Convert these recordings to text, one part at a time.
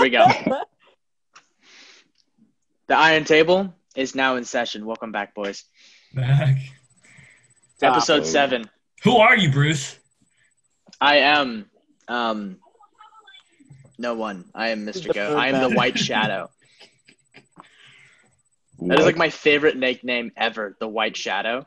we go. the Iron Table is now in session. Welcome back, boys. Back. It's episode seven. Who are you, Bruce? I am um no one. I am Mr. Goat. I am the White Shadow. That is like my favorite nickname ever, the White Shadow.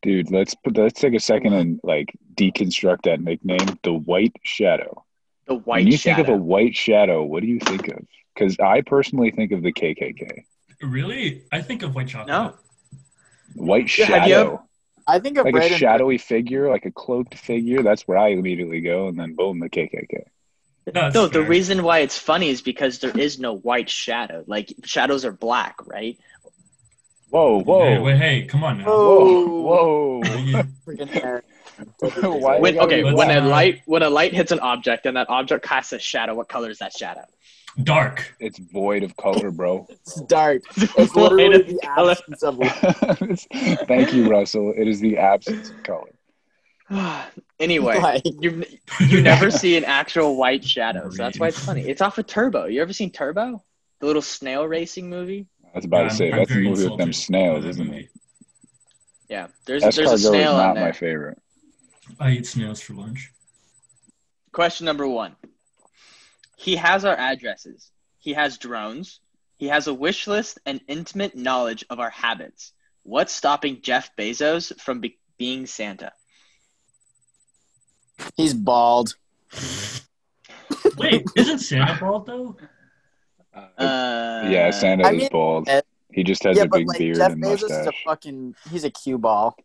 Dude, let's put, let's take a second and like deconstruct that nickname, the White Shadow. The White when you Shadow. think of a white shadow, what do you think of? Because I personally think of the KKK. Really? I think of white chocolate. No. White Yeah, have you shadow, I think of like a Braden. shadowy figure, like a cloaked figure. That's where I immediately go, and then boom, the KKK. That's no, the fair. reason why it's funny is because there is no white shadow. Like shadows are black, right? Whoa, whoa, Hey, wait, hey, come on now. Oh. whoa, You- Freaking Eric. whoa. Why When, they gotta okay, be what's when black? a that? light when a light hits an object and that object casts a shadow, what color is that shadow? Dark. it's void of color, bro. It's dark. Light It's literally of the color. absence of light. It's- Thank you, Russell. It is the absence of color. anyway, Like, you you never see an actual white shadow, so that's why it's funny. It's off of Turbo. You ever seen Turbo? The little snail racing movie? I was about I'm- to say I'm that's a very movie with them insulted snails, by that isn't it? movie. Yeah, there's there's Escargot a is snail on not there. my favorite. I eat snails for lunch. Question number one. He has our addresses. He has drones. He has a wish list and intimate knowledge of our habits. What's stopping Jeff Bezos from be- being Santa? he's bald. Wait, isn't Santa bald though? Uh, yeah, Santa I is mean, bald. uh, He just has yeah, a but big like beard Jeff and Bezos is a mustache. fucking. He's a cue ball.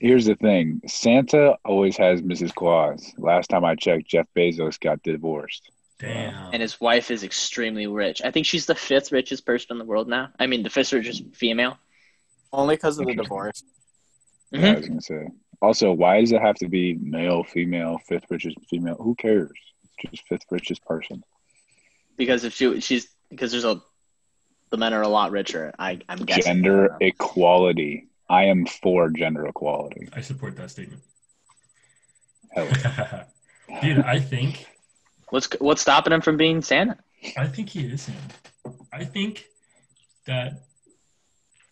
Here's the thing: Santa always has Mrs. Claus. Last time I checked, Jeff Bezos got divorced. Damn. And his wife is extremely rich. I think she's the fifth richest person in the world now. I mean, the fifth richest female. Mm-hmm. Only because of the divorce. Yeah, I was gonna say. Also, why does it have to be male, female, fifth richest female? Who cares? It's just fifth richest person. Because if she, she's because there's a the men are a lot richer. I, I'm guessing. Gender equality. I am for gender equality. I support that statement. Hell, Dude, I think What's what's stopping him from being Santa? I think he is Santa. I think that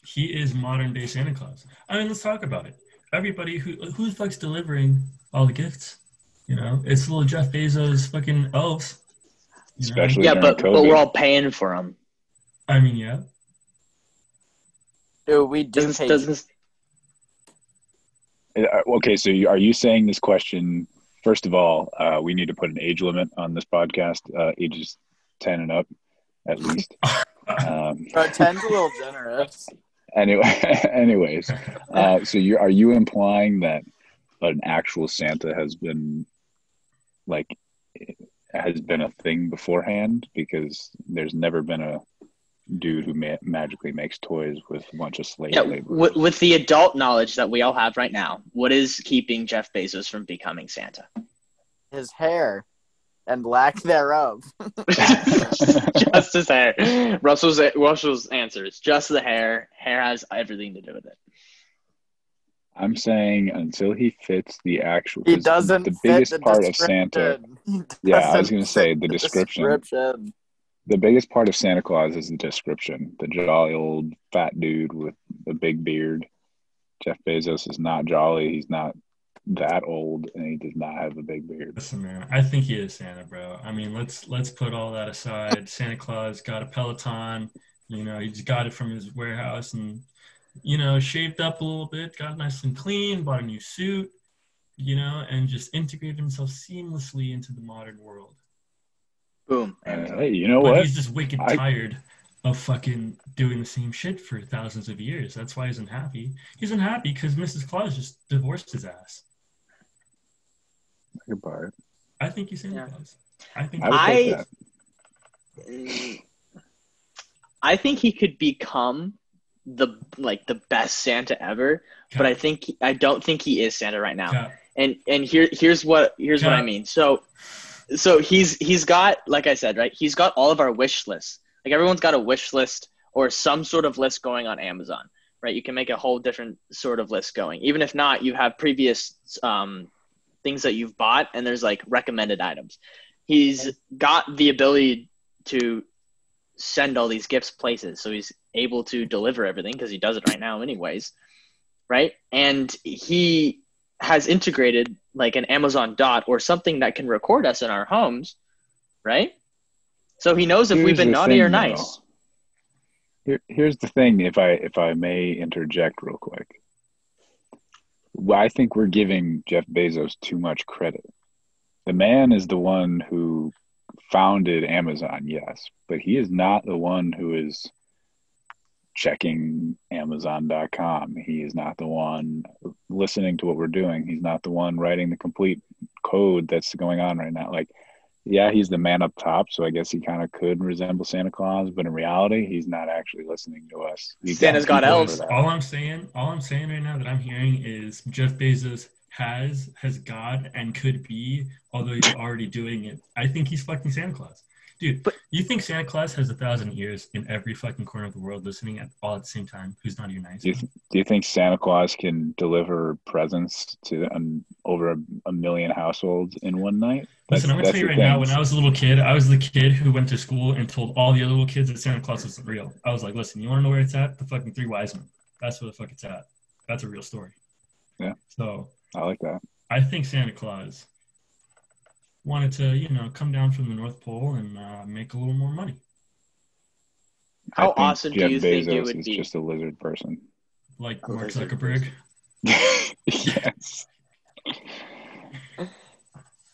he is modern day Santa Claus. I mean, let's talk about it. Everybody who who's fucks delivering all the gifts, you know, it's little Jeff Bezos fucking elves. you know? especially yeah, during but COVID. but we're all paying for him. I mean, yeah. Dude, we do Doesn't pay. doesn't Uh, Okay, so you, are you saying this question? First of all, uh, we need to put an age limit on this podcast, uh, ages ten and up, at least. um, Bro, ten's a little generous. anyway, anyways, uh, so you are you implying that an actual Santa has been like has been a thing beforehand? Because there's never been a dude who ma- magically makes toys with a bunch of slave Yeah, labor. with, with the adult knowledge that we all have right now, what is keeping Jeff Bezos from becoming Santa? His hair and lack thereof. just his hair. Russell's Russell's answer is just the hair. Hair has everything to do with it. I'm saying until he fits the actual. He 'cause doesn't. The fit biggest the part of Santa. description. He Yeah, I was doesn't gonna say fit the description. description. The biggest part of Santa Claus is the description. The jolly old fat dude with a big beard. Jeff Bezos is not jolly. He's not that old, and he does not have a big beard. Listen, man, I think he is Santa, bro. I mean, let's let's put all that aside. Santa Claus got a Peloton. You know, he just got it from his warehouse and you know shaved up a little bit, got nice and clean, bought a new suit. You know, and just integrated himself seamlessly into the modern world. Boom. Uh, Amazon. hey, you know But what? he's just wicked I- tired of fucking doing the same shit for thousands of years. That's why he's unhappy. He's unhappy because Mrs. Claus just divorced his ass. Goodbye. I think he's Santa Yeah. Claus. I think I would take I- that. Mm. I think he could become the like the best Santa ever, but I think I don't think he is Santa right now. Cap, and and here here's what here's what I Yeah. mean. So so he's he's got like I said, right? He's got all of our wish lists. Like everyone's got a wish list or some sort of list going on Amazon, right? You can make a whole different sort of list going. Even if not, you have previous um, things that you've bought, and there's like recommended items. He's got the ability to send all these gifts places. So he's able to deliver everything because he does it right now, anyways. Right? And he has integrated like an Amazon Dot or something that can record us in our homes. Right? So he knows if we've Here's been the naughty thing, or nice. though. Here, here's the thing, if I if I may interject real quick. Well, I think we're giving Jeff Bezos too much credit. The man is the one who founded Amazon, yes, but he is not the one who is checking Amazon.com. He is not the one listening to what we're doing. He's not the one writing the complete code that's going on right now. Like yeah, he's the man up top, so I guess he kind of could resemble Santa Claus, but in reality, he's not actually listening to us. He's Santa's got people elves. for that. All I'm saying, all I'm saying right now that I'm hearing is Jeff Bezos has has God and could be, although he's already doing it. I think he's fucking Santa Claus, dude. But- you think Santa Claus has a thousand ears in every fucking corner of the world, listening at all at the same time? Who's not even nice? Do you, th- do you think Santa Claus can deliver presents to um, over a, a million households in one night? Listen, I'm gonna tell you right now. When I was a little kid, I was the kid who went to school and told all the other little kids that Santa Claus wasn't real. I was like, listen, you want to know where it's at? The fucking three wise men. That's where the fuck it's at. That's a real story. Yeah. So I like that. I think Santa Claus wanted to, you know, come down from the North Pole and uh, make a little more money. I How think awesome do Jeff you think it Bezos would is be? just a lizard person. Like Oh, A Mark lizard Zuckerberg. person. yes.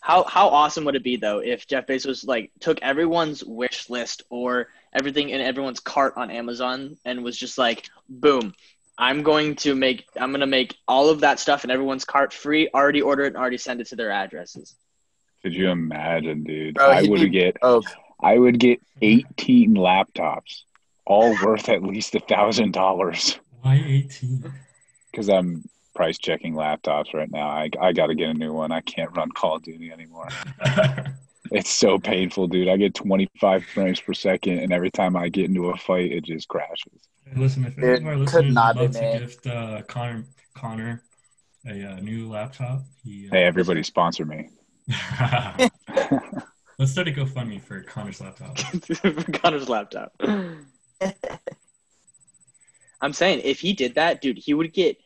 How how awesome would it be though if Jeff Bezos like took everyone's wish list or everything in everyone's cart on Amazon and was just like, boom, I'm going to make I'm gonna make all of that stuff in everyone's cart free, already order it and already send it to their addresses. Could you imagine, dude? Bro, I he'd be- would get Oh, I would get 18 laptops, all worth at least a thousand dollars. Why 18? Because I'm price checking laptops right now. I I got to get a new one. I can't run Call of Duty anymore. It's so painful, dude. I get 25 frames per second, and every time I get into a fight, it just crashes. Listen, if It any of our could listeners would not be love to made. gift uh, Connor, Connor a uh, new laptop, he. Uh, Hey, everybody, sponsor me. Let's start a GoFundMe for Connor's laptop. For Connor's laptop. I'm saying if he did that, dude, he would get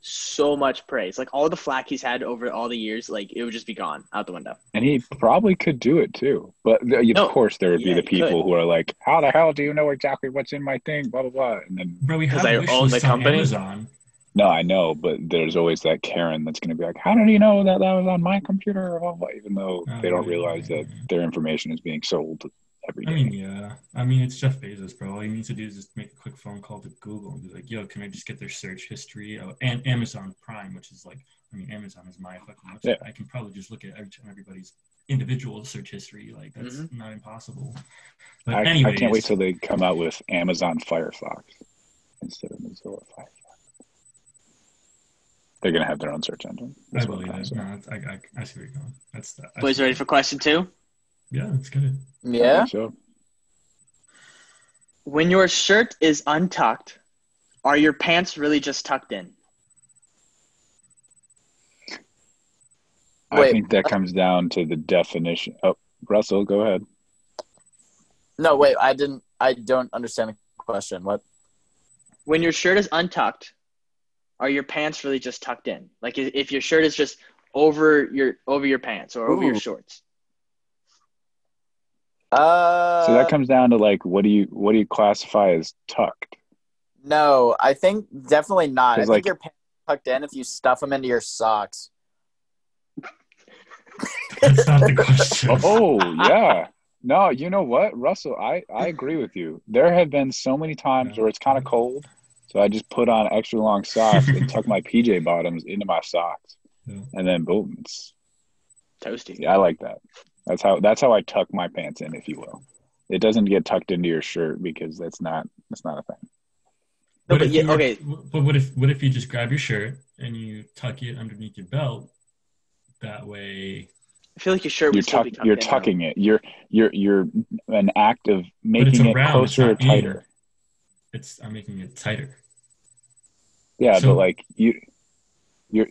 so much praise. Like all the flack he's had over all the years, like it would just be gone out the window. And he probably could do it too. But uh, you know, No. of course, there would Yeah, be he the people who are like, "How the hell do you know exactly what's in my thing?" Blah blah blah. And then Bro, we have 'Cause I wish own the lists on company? Amazon. No, I know, but there's always that Karen that's going to be like, "How did he know that that was on my computer?" Blah, blah, even though Oh, they don't yeah, realize yeah, that yeah. their information is being sold every I day. mean, yeah. I mean, it's Jeff Bezos, bro. All he needs to do is just make a quick phone call to Google and be like, "Yo, can I just get their search history?" Oh, and Amazon Prime, which is like, I mean, Amazon is my fucking website. I can probably just look at every time everybody's individual search history. Like, that's not impossible. But Mm-hmm. I, anyways, I can't wait till they come out with Amazon Firefox instead of Mozilla Firefox. They're going to have their own search engine. I That's what believe I'm it. saying. No, I, I, I see where you're going. That's that. I Boys see- ready for question two? Yeah, that's good. yeah. So When your shirt is untucked, are your pants really just tucked in? I Wait. think that comes down to the definition. Oh, Russell, go ahead. No, wait. I didn't. I don't understand the question. What? When your shirt is untucked, are your pants really just tucked in? Like i- if your shirt is just over your over your pants or over your Ooh. shorts. Uh, So that comes down to like, what do you what do you classify as tucked? no. I think definitely not. I 'Cause, think like- your pants are tucked in if you stuff them into your socks. That's not the question. Oh yeah. No, you know what, Russell? I, I agree with you. There have been so many times where it's kind of cold, so I just put on extra long socks and tuck my PJ bottoms into my socks, Yeah. and then boom. It's, Toasty. yeah, I like that. That's how that's how I tuck my pants in, if you will. It doesn't get tucked into your shirt because that's not that's not a thing. No, but if yeah, you were- okay. But what if what if you just grab your shirt and you tuck it underneath your belt? That way, I feel like your shirt You're would still tuck, be tucked you're in, though. tucking it. You're you're you're an act of but it's making it around, closer or it's not in. tighter. It's I'm making it tighter. Yeah, So- but like you, You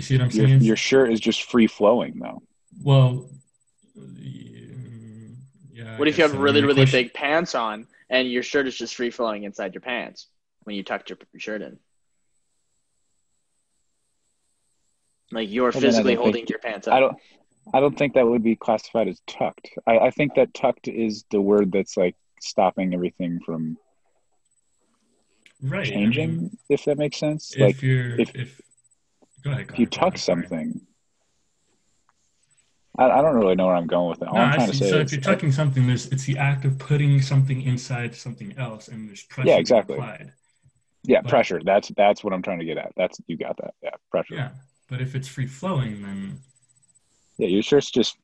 see what I'm your saying? your shirt is just free flowing though. well, yeah, Yeah, I What if you guess have so. really, The really question- big pants on and your shirt is just free flowing inside your pants when you tucked your p- shirt in? Like you're then I physically don't think- holding your pants up. I don't. I don't think that would be classified as tucked. I, I think that tucked is the word that's like stopping everything from right, I mean, changing, if that makes sense. If Like you're if- if, go ahead, go if you ahead, go tuck ahead, sorry. something, I, I don't really know where I'm going with it. All No, I'm I trying to see. say So if is, you're tucking something, there's it's the act of putting something inside something else, and there's pressure Yeah, exactly. applied. yeah, but- pressure. That's that's what I'm trying to get at. That's you got that. Yeah, pressure. Yeah, but if it's free flowing, then Yeah, your shirt's just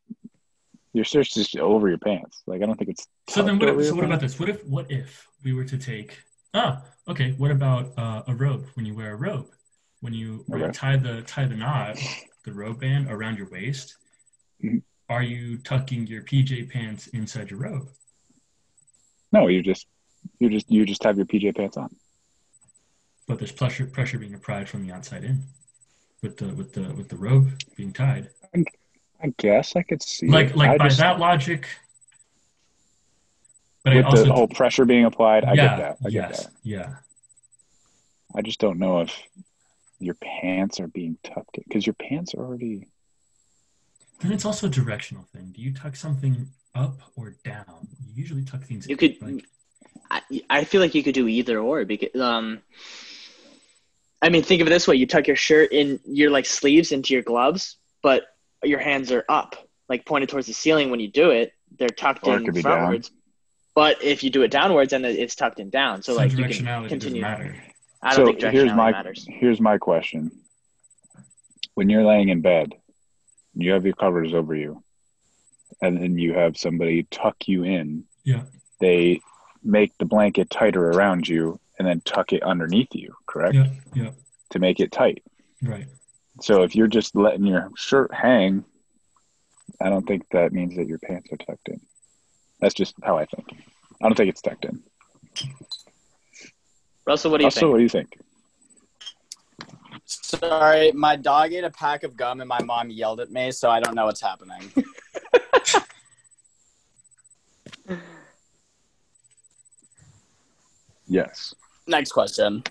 your shirt's just over your pants. Like I don't think it's. so then tucked what? over If, your so what pants. about this? What if what if we were to take? Ah, okay. What about uh, a robe? When you wear a robe, when you when you Okay. tie the tie the knot, the robe band around your waist, Mhm. are you tucking your PJ pants inside your robe? No, you just you just you just have your PJ pants on. But there's pressure pressure being applied from the outside in, with the with the with the robe being tied. I guess I could see like it. like I by just- that logic but I with also the whole pressure being applied. I yeah get that. I get yes that. yeah I just don't know if your pants are being tucked because your pants are already. then it's also a directional thing do you tuck something up or down you usually tuck things You in, could- like, I, I feel like you could do either or because um I mean think of it this way you tuck your shirt in your like sleeves into your gloves but your hands are up like pointed towards the ceiling when you do it they're tucked Or it in could be down. frontwards but if you do it downwards then it's tucked in down so, so like you can directionality doesn't continue matter I don't so think directionality here's my matters here's my question: When you're laying in bed, you have your covers over you, and then you have somebody tuck you in. Yeah. They make the blanket tighter around you and then tuck it underneath you, correct? yeah yeah To make it tight. right So if you're just letting your shirt hang, I don't think that means that your pants are tucked in. That's just how I think. I don't think it's tucked in. Russell what do you also, think what do you think? Sorry, my dog ate a pack of gum and my mom yelled at me, so I don't know what's happening. Yes. Next question.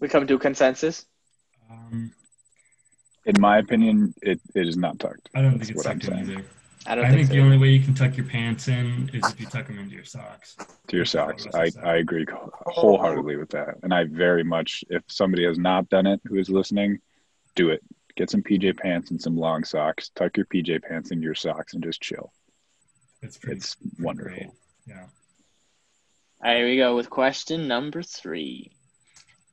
we come to a consensus um, In my opinion, it, it is not tucked. I don't That's think it's what I'm tucked in saying. either. I I, don't think, think, the so. only way you can tuck your pants in is if you tuck them into your socks. To your socks, I, I agree wholeheartedly with that. And I very much, if somebody has not done it who is listening, do it. Get some PJ pants and some long socks. Tuck your PJ pants into your socks and just chill. It's pretty It's great. wonderful. Yeah. All right, here we go with question number three.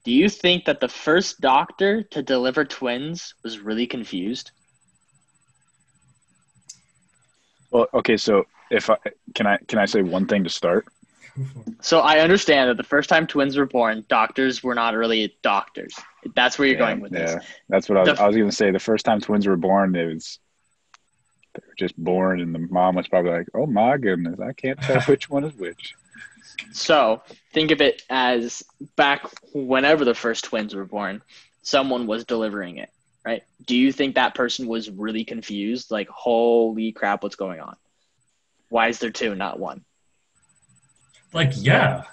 Do you think that the first doctor to deliver twins was really confused? Well, okay, so if I can I can I say one thing to start? Go for it. So I understand that the first time twins were born, doctors were not really doctors. That's where you're going with yeah, this. that's what I was, The- I was going to say. The first time twins were born, it was they were just born, and the mom was probably like, "Oh my goodness, I can't tell which one is which." So think of it as back whenever the first twins were born, someone was delivering it, right? Do you think that person was really confused? Like, holy crap, what's going on? Why is there two, not one? Like, yeah. Like,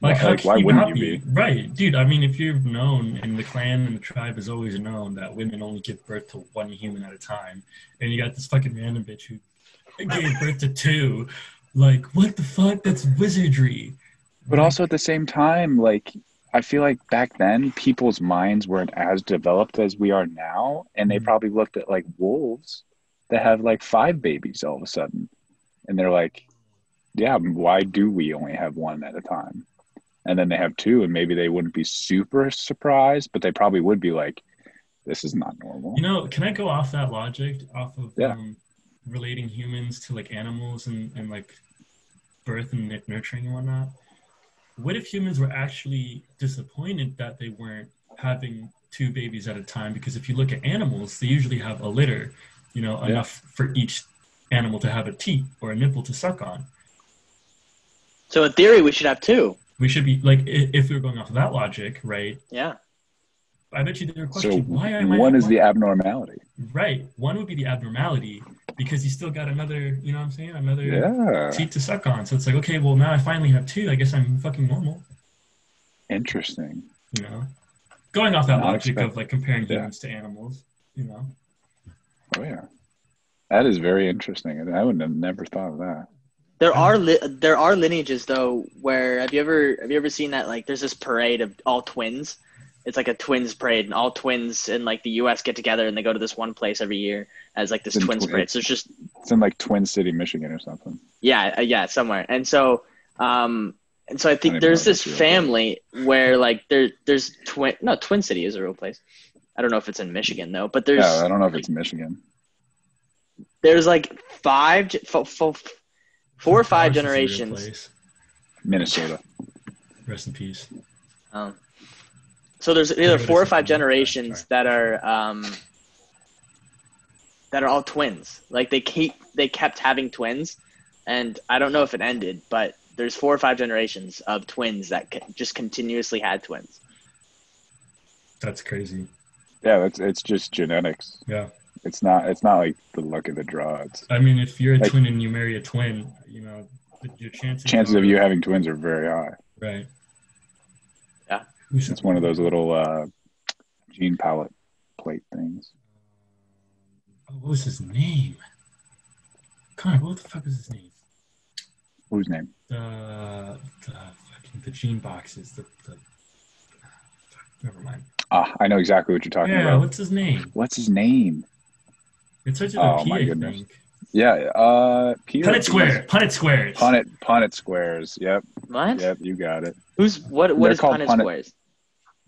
Like, how could why you wouldn't not be? you be? Right, dude. I mean, if you've known, and the clan and the tribe has always known that women only give birth to one human at a time, and you got this fucking random bitch who gave birth to two. Like, what the fuck? That's wizardry. But also at the same time, like I feel like back then people's minds weren't as developed as we are now, and they Mhm. probably looked at like wolves that have like five babies all of a sudden, and they're like, "Yeah, why do we only have one at a time?" And then they have two, and maybe they wouldn't be super surprised, but they probably would be like, "This is not normal." You know, can I go off that logic, off of Yeah. um, relating humans to like animals and, and like birth and nu- nurturing and whatnot? What if humans were actually disappointed that they weren't having two babies at a time? Because if you look at animals, they usually have a litter, you know, Yeah. enough for each animal to have a teat or a nipple to suck on. So in theory, we should have two. We should be like, i- if we were going off of that logic, right? Yeah. I bet you they're So questioning why am I one is the abnormality. right. One would be the abnormality because you still got another. You know what I'm saying? Another Yeah. teeth to suck on. So it's like okay, well now I finally have two. I guess I'm fucking normal. Interesting. You know, going off that Not logic of expect- like comparing yeah. humans to animals. You know, Oh yeah. That is very interesting. and I would have never thought of that. There are li- there are lineages though where have you ever have you ever seen that like there's this parade of all twins? It's like a twins parade, and all twins in like the U.S. get together and they go to this one place every year as like this Then twins twin- parade. So it's just It's in like Twin City, Michigan or something. yeah, uh, yeah, somewhere. And so, um, and so I think even there's know this if that's a real family where like there there's twin no Twin City is a real place. I don't know if it's in Michigan though, but there's Yeah, I don't know if it's Michigan. there's like five, ge- fo- fo- four or five Mars is a real generations. place. Minnesota. Rest in peace. Um, so there's Yeah, either but four or it's a five family, sorry, generations sorry. that are um, that are all twins. Like they keep they kept having twins, and I don't know if it ended, but there's four or five generations of twins that c- just continuously had twins. That's crazy. Yeah, that's it's just genetics. Yeah. It's not it's not like the luck of the draw. It's I mean, if you're a Like- twin and you marry a twin, you know, the- your chances chances are- of you having twins are very high. right. Yeah. Who's- It's one of those little uh, gene palette plate things. Oh, what was his name? Connor, what the fuck was his name? Whose name? The the fucking the gene boxes. The, the fuck, never mind. Ah, I know exactly what you're talking yeah, about. what's his name? What's his name? It starts with a P, I Oh, my goodness. think. Yeah, uh, Peter. Punnett Square. Punnett Squares. Punnett, Punnett squares. Yep, What? yep, you got it. Who's what? What They're is called Punnett Punnett- squares?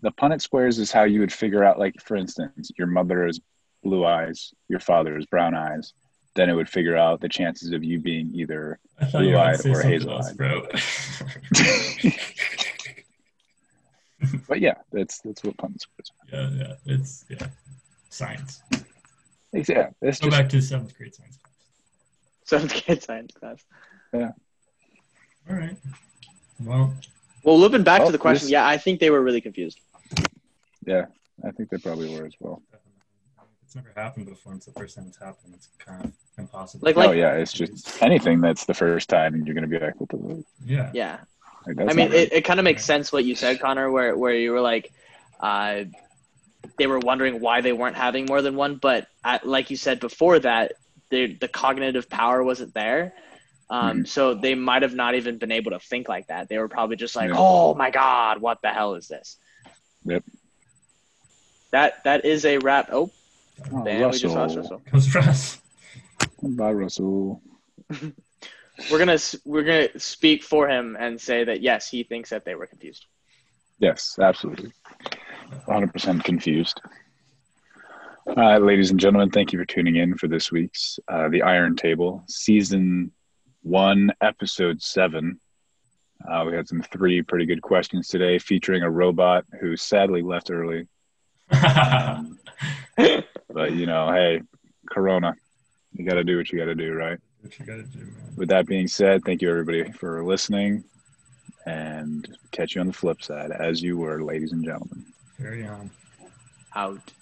The Punnett squares is how you would figure out, like, for instance, your mother is blue eyes, your father is brown eyes. Then it would figure out the chances of you being either. I thought you were about to say Blue-eyed or something else, hazel-eyed. bro. But yeah, that's that's what Punnett squares. yeah, yeah, it's yeah, science. Are. It's- Yeah, it's Go just back to seventh grade science class. So it's good science class. All right. Well, Well, looping back Well, to the question, Oh, this- yeah, I think they were really confused. yeah. I think they probably were as well. it's never happened before. It's the first time it's happened. It's kind of impossible. Like- oh yeah, it's just anything that's the first time, and you're gonna be like, what the? fuck? yeah. Yeah, Like, that's I mean, not right. it, it kind of makes sense what you said, Connor, where where you were like, uh, they were wondering why they weren't having more than one, but I, like you said before that, the the cognitive power wasn't there, Mm-hmm. um, so they might have not even been able to think like that. They were probably just like, Yeah. oh my god, what the hell is this? Yep. That that is a wrap. Oh, Oh, damn, we just lost Russell. Comes for us. Bye, Russell. We're gonna s- we're gonna speak for him and say that yes, he thinks that they were confused. Yes, absolutely. 100% confused. All right, ladies and gentlemen, thank you for tuning in for this week's uh, The Iron Table, Season 1, Episode 7. Uh, we had some three pretty good questions today featuring a robot who sadly left early. Um, but, you know, hey, Corona, you got to do what you got to do, right? what you gotta do, man. With that being said, thank you everybody for listening um, and catch you on the flip side, as you were, ladies and gentlemen. Carry on. Out.